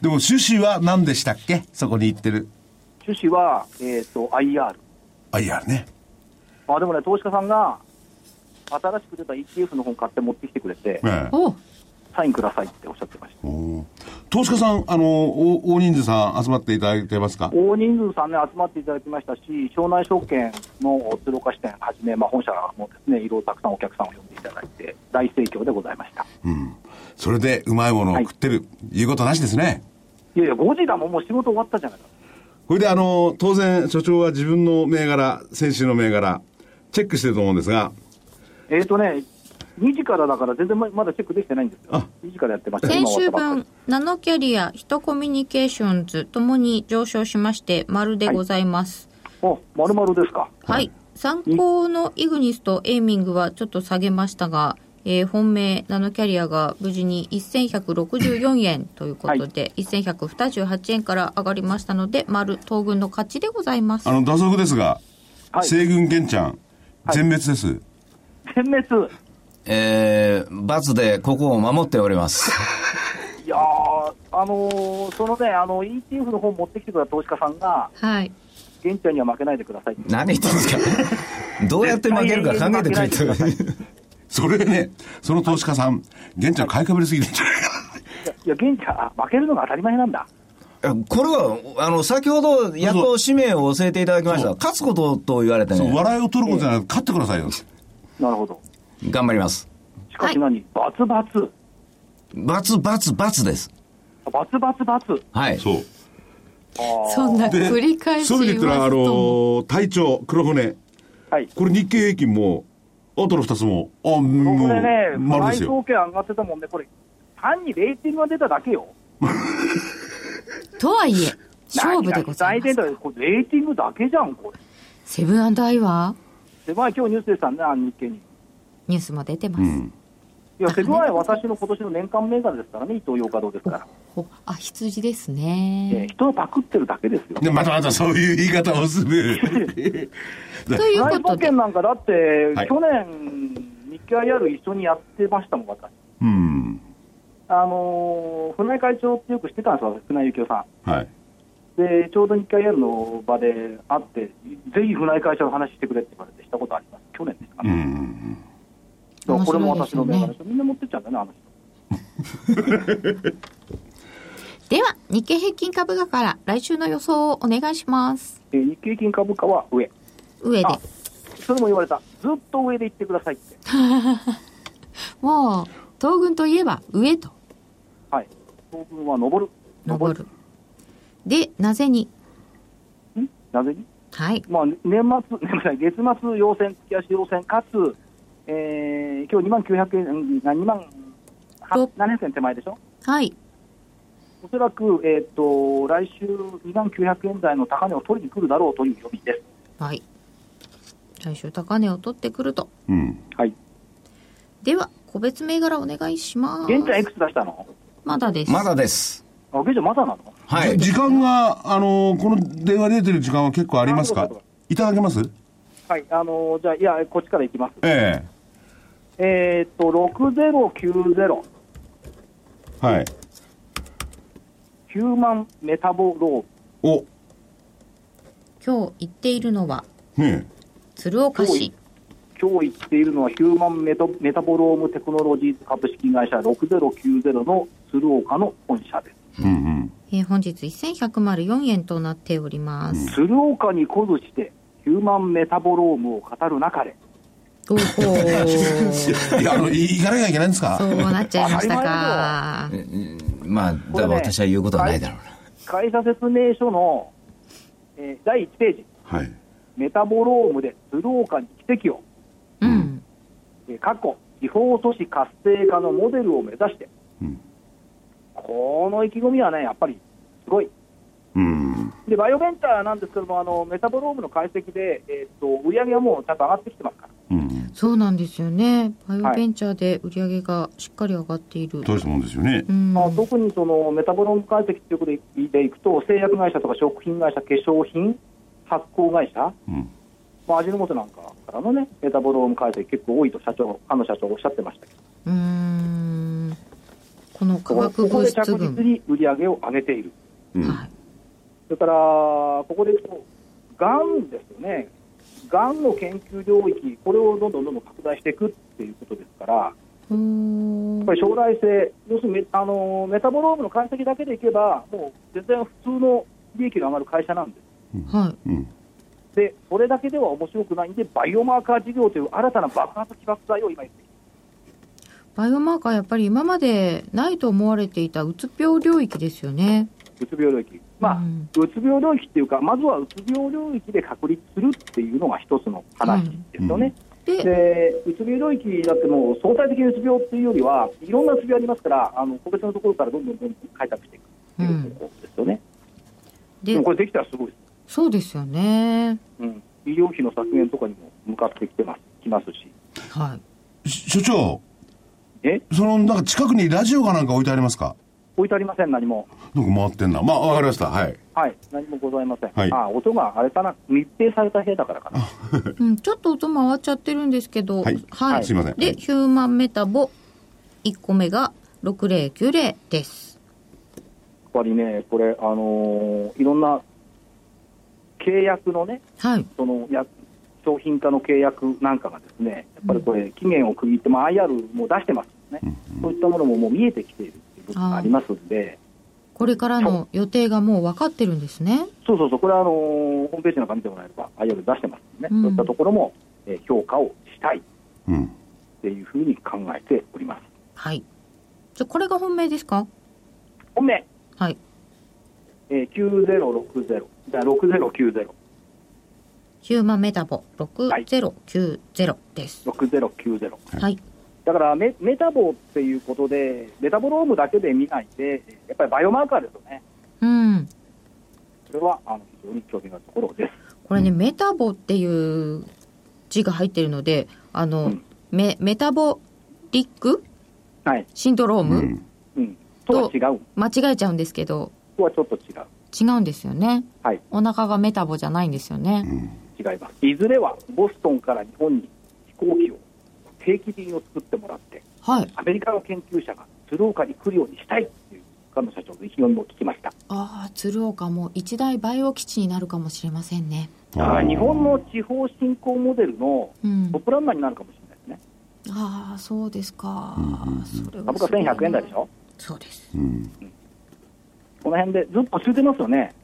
でも趣旨は何でしたっけそこに行ってる。
趣旨は、えっ、と、IR。
あ、いやね。
まあでもね、投資家さんが、新しく出た ETF の本買って持ってきてくれて、
ええ。
[LAUGHS] お
サインくださいっておっしゃってました。
おー投資家さん、あの、お大人数さん集まっていただいてますか
大人数さんね、集まっていただきましたし、庄内証券の鶴岡支店はじめ、まあ、本社もですね、いろいろたくさんお客さんを呼んでいただいて、大盛況でございました。
それでうまいものを
はい
食ってる、いうことなしですね。
いやいや、5時だもん、もう仕事終わったじゃないか。
これであの、当然、所長は自分の銘柄、先週の銘柄、チェックしてると思うんですが、
えっ、ー、とね、2時からだから、全然ままだチェックできてないんですよ
あ。
2時からやってました。
先
今終わ
週
ったばっかり
分、ナノキャリア、ヒトコミュニケーションズともに上昇しまして、丸でございます。
お、まるまるですか。
はい。参考のイグニスとエイミングはちょっと下げましたが、えー本命ナノキャリアが無事に1164円ということで、1128円から上がりましたので、丸、東軍の勝ちでございます。
あの、打足ですが、
はい
西軍玄ちゃん、全滅です。
全滅。
えー、罰でここを守っております。
いやー、あのーそのね、あの、ETF の本持ってきてくれた投資家さんが、
はい。
現地には負けないでくださいって。
何言ってんですか [LAUGHS] どうやって負けるか考えてくれてる。
それでね、その投資家さん、玄ちゃん買いかぶりすぎてんじゃないか
いや、現地はあ負けるのが当たり前なんだ。
これは、あの、先ほど、やっと使命を教えていただきました。
そう
勝つことと言われて
な。そう、
ね、
笑いを取ることじゃなくて、勝ってくださいよ。
なるほど。
頑張ります。
しかし何、バツバツ。
罰、罰、罰です。
バツバツバツ。
はい。
そう。
そんな
で
繰り返し
そういう意味で
言
言ったら、
わ
あ
ずとも
の、隊長、黒船、
はい。
これ日経平均も、あとの二つも、あ、もう、
これね、
丸
内
ですよ。
総券上がってたもんね、これ、単にレーティングが出ただけよ。
とはいえ、勝負でございま
何
す。
が期待でこれレーティングだけじゃん、これ。
セブンアイは
で、まあ、今日ニュースでしたね、あの日経に。い
ニュースも出てま
う
す。
ん。
や、セブンアイは私の今年の年間銘柄ですからね、伊藤洋華堂ですから。
ほあ、羊です
え
ね
ー。人をパクってるだけですよ。
で、またまたそういう言い方をす
[LAUGHS]
る。
という
内
こと
保
で
券、なんかだって、
はい
去年、日経 IR 一緒にやってましたもん、私。
うん。
あのー、船井会長ってよく知ってたんですよ、船井幸雄さん。
はい。
で、ちょうど日経 IR の場で会って、ぜひ船井会長の話してくれって言われてしたことあります。去年ですか
う
ね。
ん。
だからこれも
面白いです
私
よね
の銘柄ですみんな持ってっちゃうんだね、あの人。
では、日経平均株価から来週の予想をお願いします。
えー日経平均株価は上。
上で。
あそれも言われた。ずっと上で行ってくださいって。
もう、東軍といえば上と
はい。当分は登る。
上る。で、なぜに、
んなぜに
はい、
まあ、年末、 [LAUGHS] 年末、月末要戦、月足要戦、かつ、えー、今日2万900円、うん2万
と
700円手前でしょ
はい、
おそらく、えっ、と、来週2万900円台の高値を取りに来るだろうという予備です。
はい。来週高値を取ってくると。
うん。
はい。
では、個別銘柄お願いします。
現在いくつ出したの
まだです。
まだです。
あ、現在まだなの
はい
じ。時間が、あのこの電話で出てる時間は結構あります
あ
か
そうだそう
いただけます
はい、あのーじゃあ、いや、こっちからいきます。
え
えっ、と、6090、
えはい。
ヒューマンメタボロ
お、
今日言っているのは、
ね
鶴岡市。
ー。今日言っているのはヒューマンメタメタボロームテクノロジーズ株式会社6090の鶴岡の本社です。
え。うん
えー本日1104円となっております。
鶴岡に来ずしてヒューマンメタボロームを語るなかれ
どうこ
うん。いや、あの、い行かなきゃいけないんです
そ
か
うなっちゃいました
当
か
た。
まあ、だから私は言うことはないだろうな。
会社説明書の、えー第1ページ
はい。
メタボロームで鶴岡に奇跡を、
うん。
えー過去地方都市活性化のモデルを目指して、
うん
この意気込みはねやっぱりすごい
うん。
でバイオベンチャーなんですけどもあのメタボロームの解析で、えーっと売り上げはもうちゃんと上がってきてますから
うん。
そうなんですよね。バイオベンチャーで売り上げがしっかり上がっている。
大したもんですよね
う。ん
まあ、特にそのメタボローム解析ということででいくと製薬会社とか食品会社化粧品発酵会社
うん。
まあ、味の素なんかからのね、メタボローム改善結構多いと社長、あの社長おっしゃってましたけど、
うーんこの化
ここ
学
こ
物
で
質
着実
群、
に売り上げを上げている。
うん
はい、
それから、ここでいくと、がんですよね、がんの研究領域、これをどんどんどんどん拡大していくっていうことですから、や
うーん
っぱり将来性、要するにメあのメタボロームの解析だけでいけば、もう全然普通の利益が上がる会社なんです。
はい
うん
で、それだけでは面白くないんで、バイオマーカー事業という新たな爆発起爆剤を今言っている
バイオマーカーやっぱり今までないと思われていたうつ病領域ですよね。
うつ病領域、まあ
うん
うつ病領域っていうか、まずはうつ病領域で確立するっていうのが一つの話ですよね、
で、
でうつ病領域だってもう相対的にうつ病っていうよりは、いろんなうつ病ありますから、あの個別のところからどんどんどんどん開拓していくっていう方向ですよね、で
で
もこれできたらすごいです、
そうですよね。
うん、医療費の削減とかにも向かってきてますきますし、
はい。
し所長
え
そのなんか近くにラジオかなんか置いてありますか
置いてありません、何も。
なんか回ってんなまあわかりましたはい
はい、何もございません。
はい
あ、音があれかな、密閉された部屋だからかな。
うん、ちょっと音回っちゃってるんですけど、
はいはいすいませんは
で、
い
ヒューマンメタボ1個目が6090です。
やっぱりね、これ、あのーいろんな契約のね、
はい。
そのや商品化の契約なんかがですね、やっぱりこれ、期限を区切って、まあ、IR も出してますよね、そういったものももう見えてきているっていう部分がありますんで、
これからの予定がもう分かってるんですね。
そうそうそう、これはあのーホームページなんか見てもらえれば、IR 出してますんでね、
うん
そういったところも、えー評価をしたいっ
うん
ていうふうに考えております。
はい。じゃ、これが本命ですか
本命、
はい。
えー、9060、じゃあ6090、
ヒューマンメタボ6090です。
6090。
はい。
だからメメタボっていうことで、メタボロームだけで見ないで、やっぱりバイオマーカーですよね、
うん。
それはあの非常に興味があるところです。
これね、メタボっていう字が入ってるので、あの、
うん
メメタボリック
はい
シンドローム、
うん
うん、とは違う、
間違えちゃうんですけど、
とはちょっと違う、
違うんですよね。
はい、
お腹がメタボじゃないんですよね。
違います。いずれはボストンから日本に飛行機を定期便を作ってもらって、
はい。
アメリカの研究者が鶴岡に来るようにしたいっていう、菅野社長の意気込みも聞きました。
ああ、鶴岡も一大バイオ基地になるかもしれませんね。
だから日本の地方振興モデルの
うん
トッ。プランナーになるかもしれないですね。
ああ、そうですか。それは
株価1100円台でしょ、
そうです。
この辺でずっと落ち着いてますよね。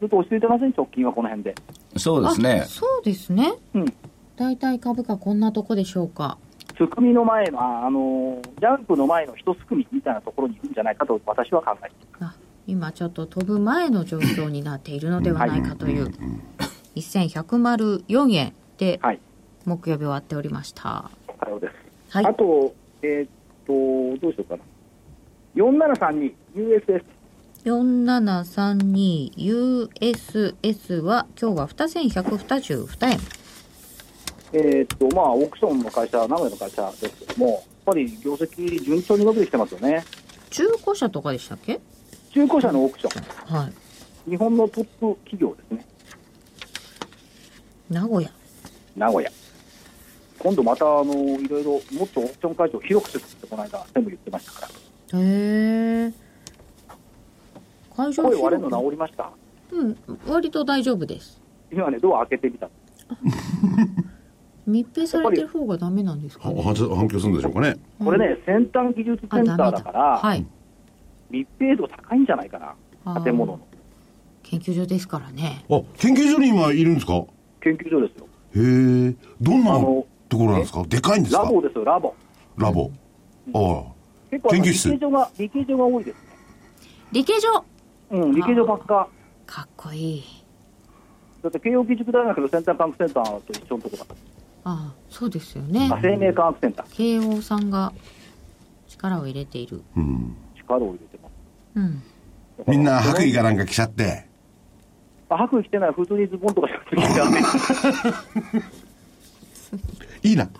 ずっと落ち着いてません、直近はこの辺で。
そうですね
あ。そうですね。
うん。
大体株価こんなとこでしょうか。
すくみの前の、ああのージャンプの前の一すくみみたいなところに行くんじゃないかと私は考えています。
あ今ちょっと飛ぶ前の状況になっているのではないかという1104円で
はい、
木曜日終わっておりました
さようです。
はい
あと、えーっと、どうしようかな。4732、USS。
4732USS は今日は2122円
えーっと、まあ、オークションの会社、名古屋の会社ですけども、やっぱり業績順調に伸びてきてますよね。
中古車とかでしたっけ
中古車のオークション、
はい
日本のトップ企業ですね、
名古屋
名古屋。今度また、あのーいろいろ、もっとオークション会場を広くするって、この間、全部言ってましたから。
へえ会場
声割れる
広
の
く
治りました
うん割と大丈夫です
今ね、ドア開けてみた。
密閉されてる方がダメなんですかね
反響反響するんでしょうかね
これね、先端技術セ
あ
ンタ
ダメだ
ーだから、
はい
密閉度高いんじゃないか
あ
な、
ー
建物の。
研究所ですからね
あ研究所に今いるんですかへ
研究所ですよ。
えどんな
あ
と
の
ころなんですかでかいんです
ラ
か
ボですよ、ラボ。
ラボあ
結構あ
研
の、理
究室
系所が、理系所が多いですね。
理系所
うん、理系所ばっか。
かっこいい
だって、慶応義塾大学の先端科学センターと一緒のとこだか
ああそうですよね
ら、生命科学センター、
慶応さんが力を入れている
あうん
力を入れてます。
うん
だから
みんな白衣かなんか着ちゃって
あ白衣着てない、普通にズボンとかしか着てない。
いいな
だ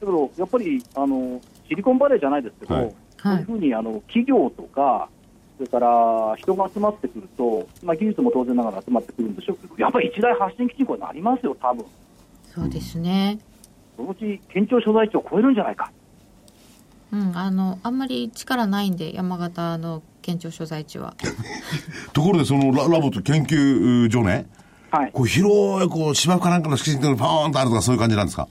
けど、やっぱりあのシリコンバレーじゃないですけど、
はい
そういうふうにあの企業とか、それから人が集まってくると、まあ、技術も当然ながら集まってくるんでしょうけど、やっぱり一大発信基地にこれなりますよ、多分
そうですね。
そのうち県庁所在地を超えるんじゃないか、
うん、あの、あんまり力ないんで、山形の県庁所在地は。
ところでそのララボと研究所ね、
はい、
こう広いこう芝生かなんかの敷地にパーンとあるとかそういう感じなんですか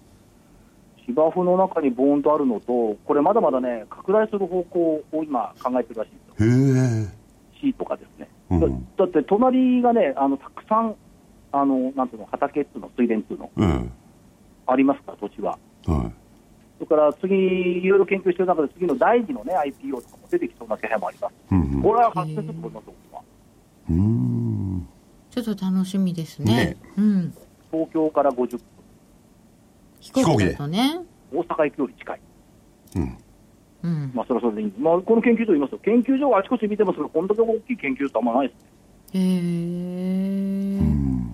芝生の中にボーンとあるのと、これ、まだまだね、拡大する方向を今、考えてるらしいんですよ、
へえ。
市とかですね、
うん
だだって隣がね、あのたくさんあのなんていうの畑っていうの、水田っていうの、
うん。
ありますから、土地は。
は
それから次、いろいろ研究してる中で、次の第二の、ね、IPO とかも出てきそうな気配もあります。
い。うん
これは発生すると思います、僕は
うん。うん。
ちょっと楽しみですね。
ね
うん。
東京から50分、
飛
行機で
行機だとね。
大阪行くより近い、
うん。
うん。
まあ、それはそれでいいんです、まあ、この研究所言いますと、研究所をあちこち見てますけど、こんだけ大きい研究所ってあんまないですね、
へえ。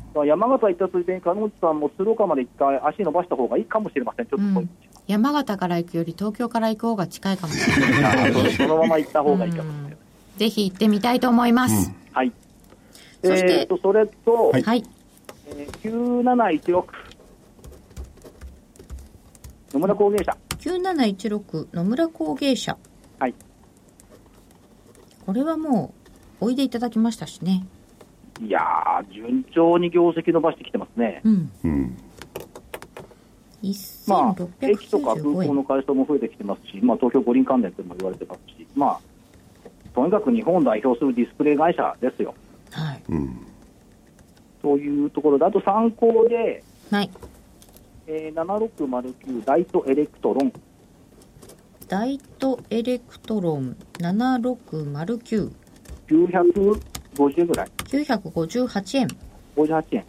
だから山形行ったついでに、鹿野内さんも鶴岡まで一回足伸ばした方がいいかもしれません、ちょっとこう、
うん山形から行くより東京から行く方が近いかもしれない。
そのまま行った方がいいかもしれない。
ぜひ行ってみたいと思います。
はいえ
そして
ー、とそれと、
はい
はい。
えー9716野村工芸社
9716野村工芸社。
はい。
これはもう、おいでいただきましたしね。
いやー順調に業績伸ばしてきてますね
うん。
うん。
まあ、駅とか空
1695
港
円。
の回数も増えてきてますし、まあ、東京五輪関連とも言われてますし、まあ、とにかく日本を代表するディスプレイ会社ですよ。
はい。
うん。
というところで、あと参考で、
はい。
えー7609ライトエレクトロン、
ダイトエレクトロン7609。
950ぐらい、
958円。
58円。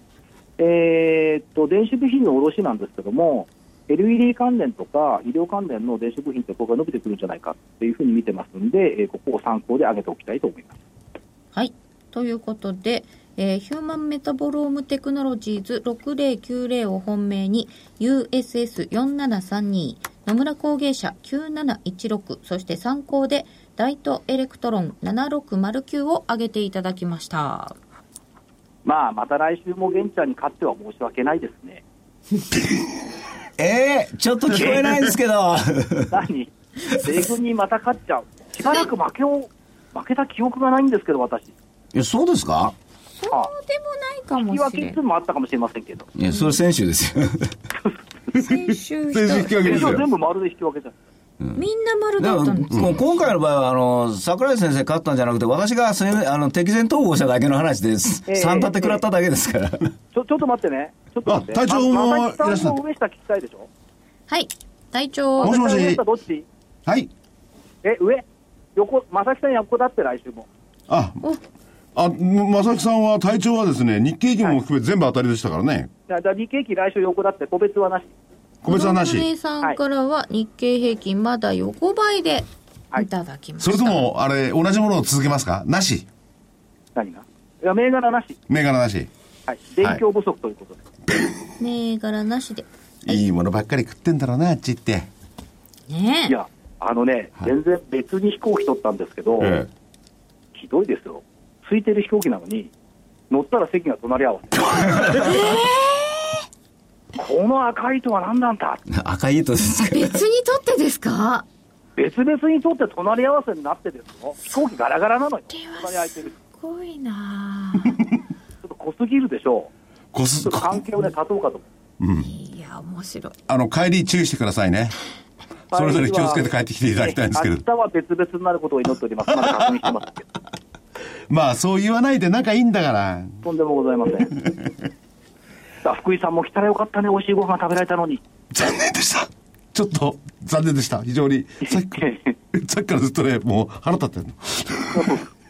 えーっと、電子部品の卸なんですけども、LED 関連とか医療関連の電子部品ってここが伸びてくるんじゃないかっていうふうに見てますんで、えーここを参考で上げておきたいと思います。
はい。ということで、えーヒューマンメタボロームテクノロジーズ6090を本命に USS4732 野村工芸社9716そして参考でダイトエレクトロン7609を挙げていただきました。
まあ、また来週も現ちゃんに勝っては申し訳ないです
[LAUGHS]
ね。
えー、ちょっと聞こえないんですけ [LAUGHS] ど。
何米軍にまた勝っちゃう。しばらく負けを、負けた記憶がないんですけど、私。
いや、そうですか
あ
でもないか
引
も
き
し
分け
れ
いつもあったかもしれませんけど。
いや、それ先週です
[LAUGHS]
よ。
ん。先週
全然引き上げ
全
ですよ。
部丸で引き分けちゃう。
みんな丸
だ
だ
か
っ
ら
たんですよ。
こ今回の場合は、あの、桜井先生勝ったんじゃなくて、私がせあの敵前統合しただけの話です。
ええ
三立て食らっただけですから。
ちょ、ちょっと待ってね。ちょっと待って。
あ隊長も
ままさき
いらっしゃっ
さん
た
と上下聞きたいでしょ
はい。隊長
も、しもし
まさきさん上下どっち
はい。
え、上横、まさきさん横だって来週も。
あ、あ、まさきさんは体調はですね、日経平均も含め全部当たりでしたからね。
だから日経期来週横だって個別はなし。
個別はな
小野
し。
舟さんからは日経平均まだ横ばいでいただきまし
そ
た。
れとも、あれ、同じものを続けますかなし。
何がいや、銘柄なし。
銘柄なし。
はい。勉強不足ということで。
銘柄なしで。
いいものばっかり食ってんだろうな、あっちって。
ね
い、や、あのね、全然別に飛行機取ったんですけど、
え
ひどいですよ、空いてる飛行機なのに、乗ったら席が隣り [LAUGHS] 合わせ。この赤い糸は何なんだ
赤い糸ですか
別にとってですか
別々に取って隣り合わせになってですよ。飛行機ガラガラなのよ。隣空いてる。
す
ち
ごいな
ょっと濃すぎるでしょう。
こ
ち
す、
ょっと
こ
関係をね、立とうかと思
いや、面白い。
あの、帰り注意してくださいね。
う。
それぞれ気をつけて帰ってきていただきたいんですけど
明日は別々になることを祈っております。まだ確認してますけど。
まあ、そう言わないで仲いいんだから。 [LAUGHS]
とんでもございません。さあ福井さんも来たらよかったね、美味しいご飯が食べられたのに。
残念でした。ちょっと、残念でした。非常に。さっきさっきからずっとね、もう腹立ってんの。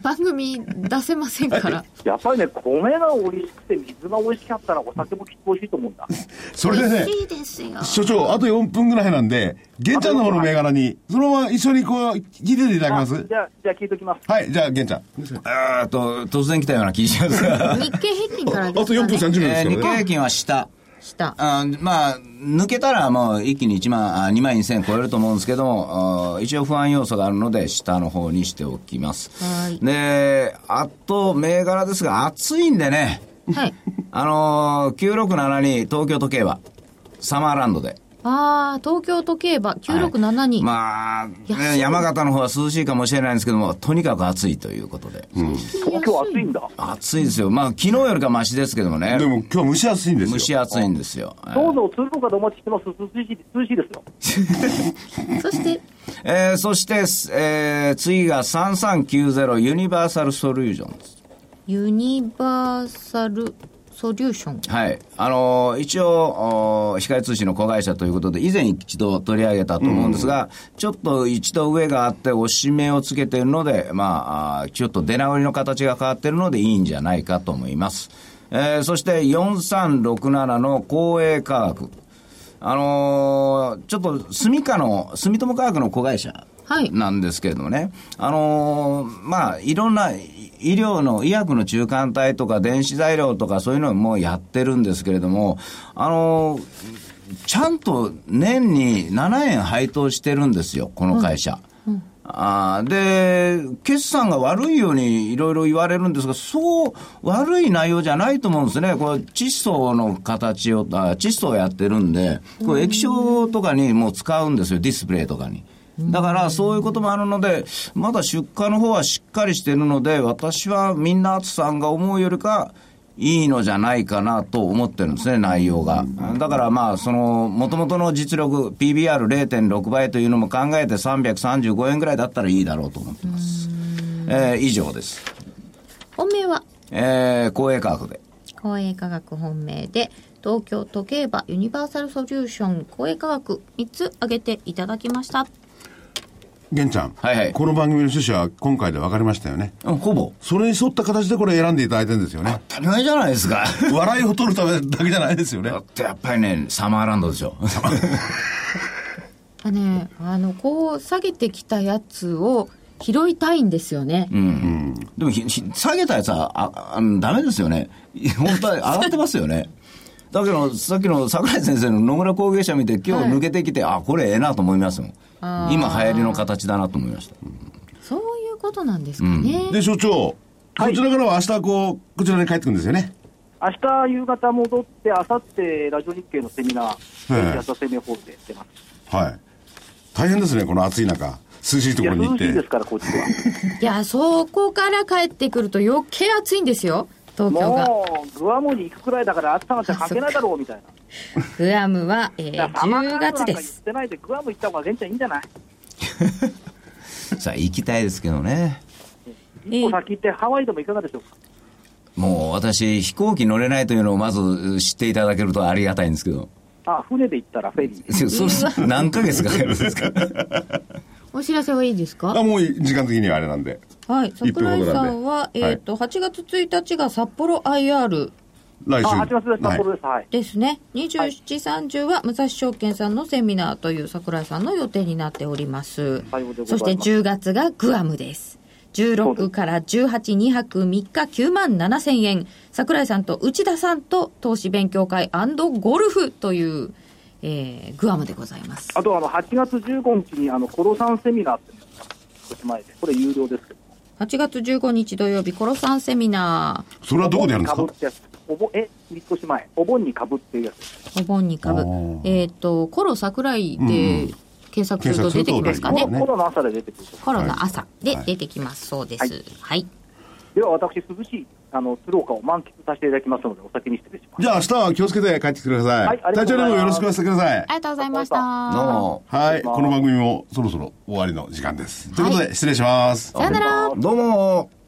番組出せません
[LAUGHS]
から。
やっぱりね、米が美味しくて、水が美味しかったら、お酒もきっと美味しいと思うんだ。
それでね、
いいですよ。
所長、あと4分ぐらいなんで、玄ちゃんの方の銘柄に、そのまま一緒にこう、聞いてていただけま
あ
す
じゃあ、じゃあ聞いときます。
はい、じゃあ、玄ちゃん。
[LAUGHS] あーっ [LAUGHS] と、突然来たような気がしますが。
日経平均から
あ
ですか、ね、
えー日経平均は下。
した。
あまあ、抜けたらもう一気に1万、あ2万2000超えると思うんですけども、あ一応不安要素があるので、下の方にしておきます。
はい
で、あと、銘柄ですが、暑いんでね、
はい。
あのー、967に東京都競馬、サマーランドで。
ああ、東京都競馬9672。
はいまあ、
安
ね
い
山形の方は涼しいかもしれないんですけども、とにかく暑いということで。
東京暑いんだ。
暑いですよ。まあ、昨日よりかマシですけどもね。
でも今日は蒸し暑いんですよ。
蒸し暑いんですよ。
どうぞ通報かでお待ちしてます。涼しい、涼しいですよ。
そして、
えーそして、えー次が3390ユニバーサルソリューションです。
ユニバーサルソリューション。
はい。あのー一応、おー光通信の子会社ということで、以前一度取り上げたと思うんですが、ちょっと一度上があって、おしめをつけてるので、まああー、ちょっと出直りの形が変わってるのでいいんじゃないかと思います。えーそして4367の公営科学。あのーちょっと、住家の、住友科学の子会社
はい
なんですけれどもね、あのーまあ、いろんな医医療の、医薬の中間体とか電子材料とかそういうのもやってるんですけれども、あのーちゃんと年に7円配当してるんですよ、この会社。あーで、決算が悪いようにいろいろ言われるんですが、そう悪い内容じゃないと思うんですね。これ、窒素の形を、あ窒素をやってるんで、これ液晶とかにもう使うんですよ、ディスプレイとかに。だから、そういうこともあるので、まだ出荷の方はしっかりしてるので、私はみんな淳さんが思うよりか、いいのじゃないかなと思ってるんですね、内容が。だからまあ、その、もともとの実力、PBR0.6 倍というのも考えて335円ぐらいだったらいいだろうと思ってます。えー以上です。
本命は
えー公営価格で。
公営科学本命で、東京都競馬ユニバーサルソリューション公営科学3つ挙げていただきました。
玄ちゃん、
はいはい
この番組の趣旨は今回で分かりましたよね。
うんほぼ。
それに沿った形でこれ選んでいただいてるんですよね。
当たり前じゃないですか。
笑いを取るためだけじゃないですよね
だ。ってやっぱりね、サマーランドでしょ。
あね、あの、こう下げてきたやつを拾いたいんですよね。
でもひひ下げたやつはああのダメですよね。 [LAUGHS] 本当は上がってますよね。だけど、さっきの桜井先生の野村工芸者見て、今日抜けてきて、あ、これええなと思いますもん。今流行りの形だなと思いました。
そういうことなんですかね。
で、所長、こちらからは明日こう、こちらに帰ってくるんですよね。
明日夕方戻って、あさってラジオ日経のセミナ
え
ー、安田生命ホールでやってます。
はい。大変ですね、この暑い中。涼しいとこ
いや、
ろに行
涼
っ
しいです
て。
から、こっちは。
いや、そこから帰ってくると余計暑いんですよ。東京が。
もう、グアムに行くくらいだから、暑さなんて関係ないだろう
[LAUGHS]
みたい
グアムは、え
な。
ー、
だから
10月で
なんか言っ
す。
てないで、グアム行った方が全然いいんじゃない
さあ、行きたいですけどね。
一歩先行って、ハワイでもいかがでしょうか。
もう私、飛行機乗れないというのをまず知っていただけるとありがたいんですけど。
あ、船で行ったらフェリー。
それ、何ヶ月かかるんですか
お知らせはいいですか
あ、もう時間的にはあれなんで。
はい。
一分
桜
ほ
井
どな
さ
んで
んは、えっ、
はい
と、8月1日が札幌 IR
来週。
あ、8月です。札幌
はい
です。はい。
ですね。27、30は武蔵証券さんのセミナーという桜井さんの予定になっております。
さようでござ
そ
いま
し
す
て10月がグアムです。
そうで
16
す
から18、2泊3日9万7千円。桜井さんと内田さんと投資勉強会ゴルフという、えー、グアムでございます。
あと、あの、8月15日に、あの、コロさんセミナーっていうのが少し前で、これ有料ですけど。
8月15日土曜日、コロさんセミナ
それはどこでやるんですか
お盆にぶってやつお盆、え、三越前。お盆にかぶってるやつ。
ー、お盆に株
あー、
えっ、と、コロ桜井
うんう
で検索すると
検索す
出
る
て
と
きますか
コ
ね。
ロ
ね
コロの朝で出てくると。
コロの朝で
はい
出てきますそうです。
はい
はい
では、私、涼しい、あの、鶴岡を満喫させていただきますので、お先に失礼します。
じゃあ明日は気をつけて帰ってきてください。
はいありが
体
と
調
うご
に
ざいます
もよろしくお伝えください
あ。りがとうございまし
ど
た。
うも。
はい。この番組もそろそろ終わりの時間です。ということで、失礼します。
さよなら。
どうも。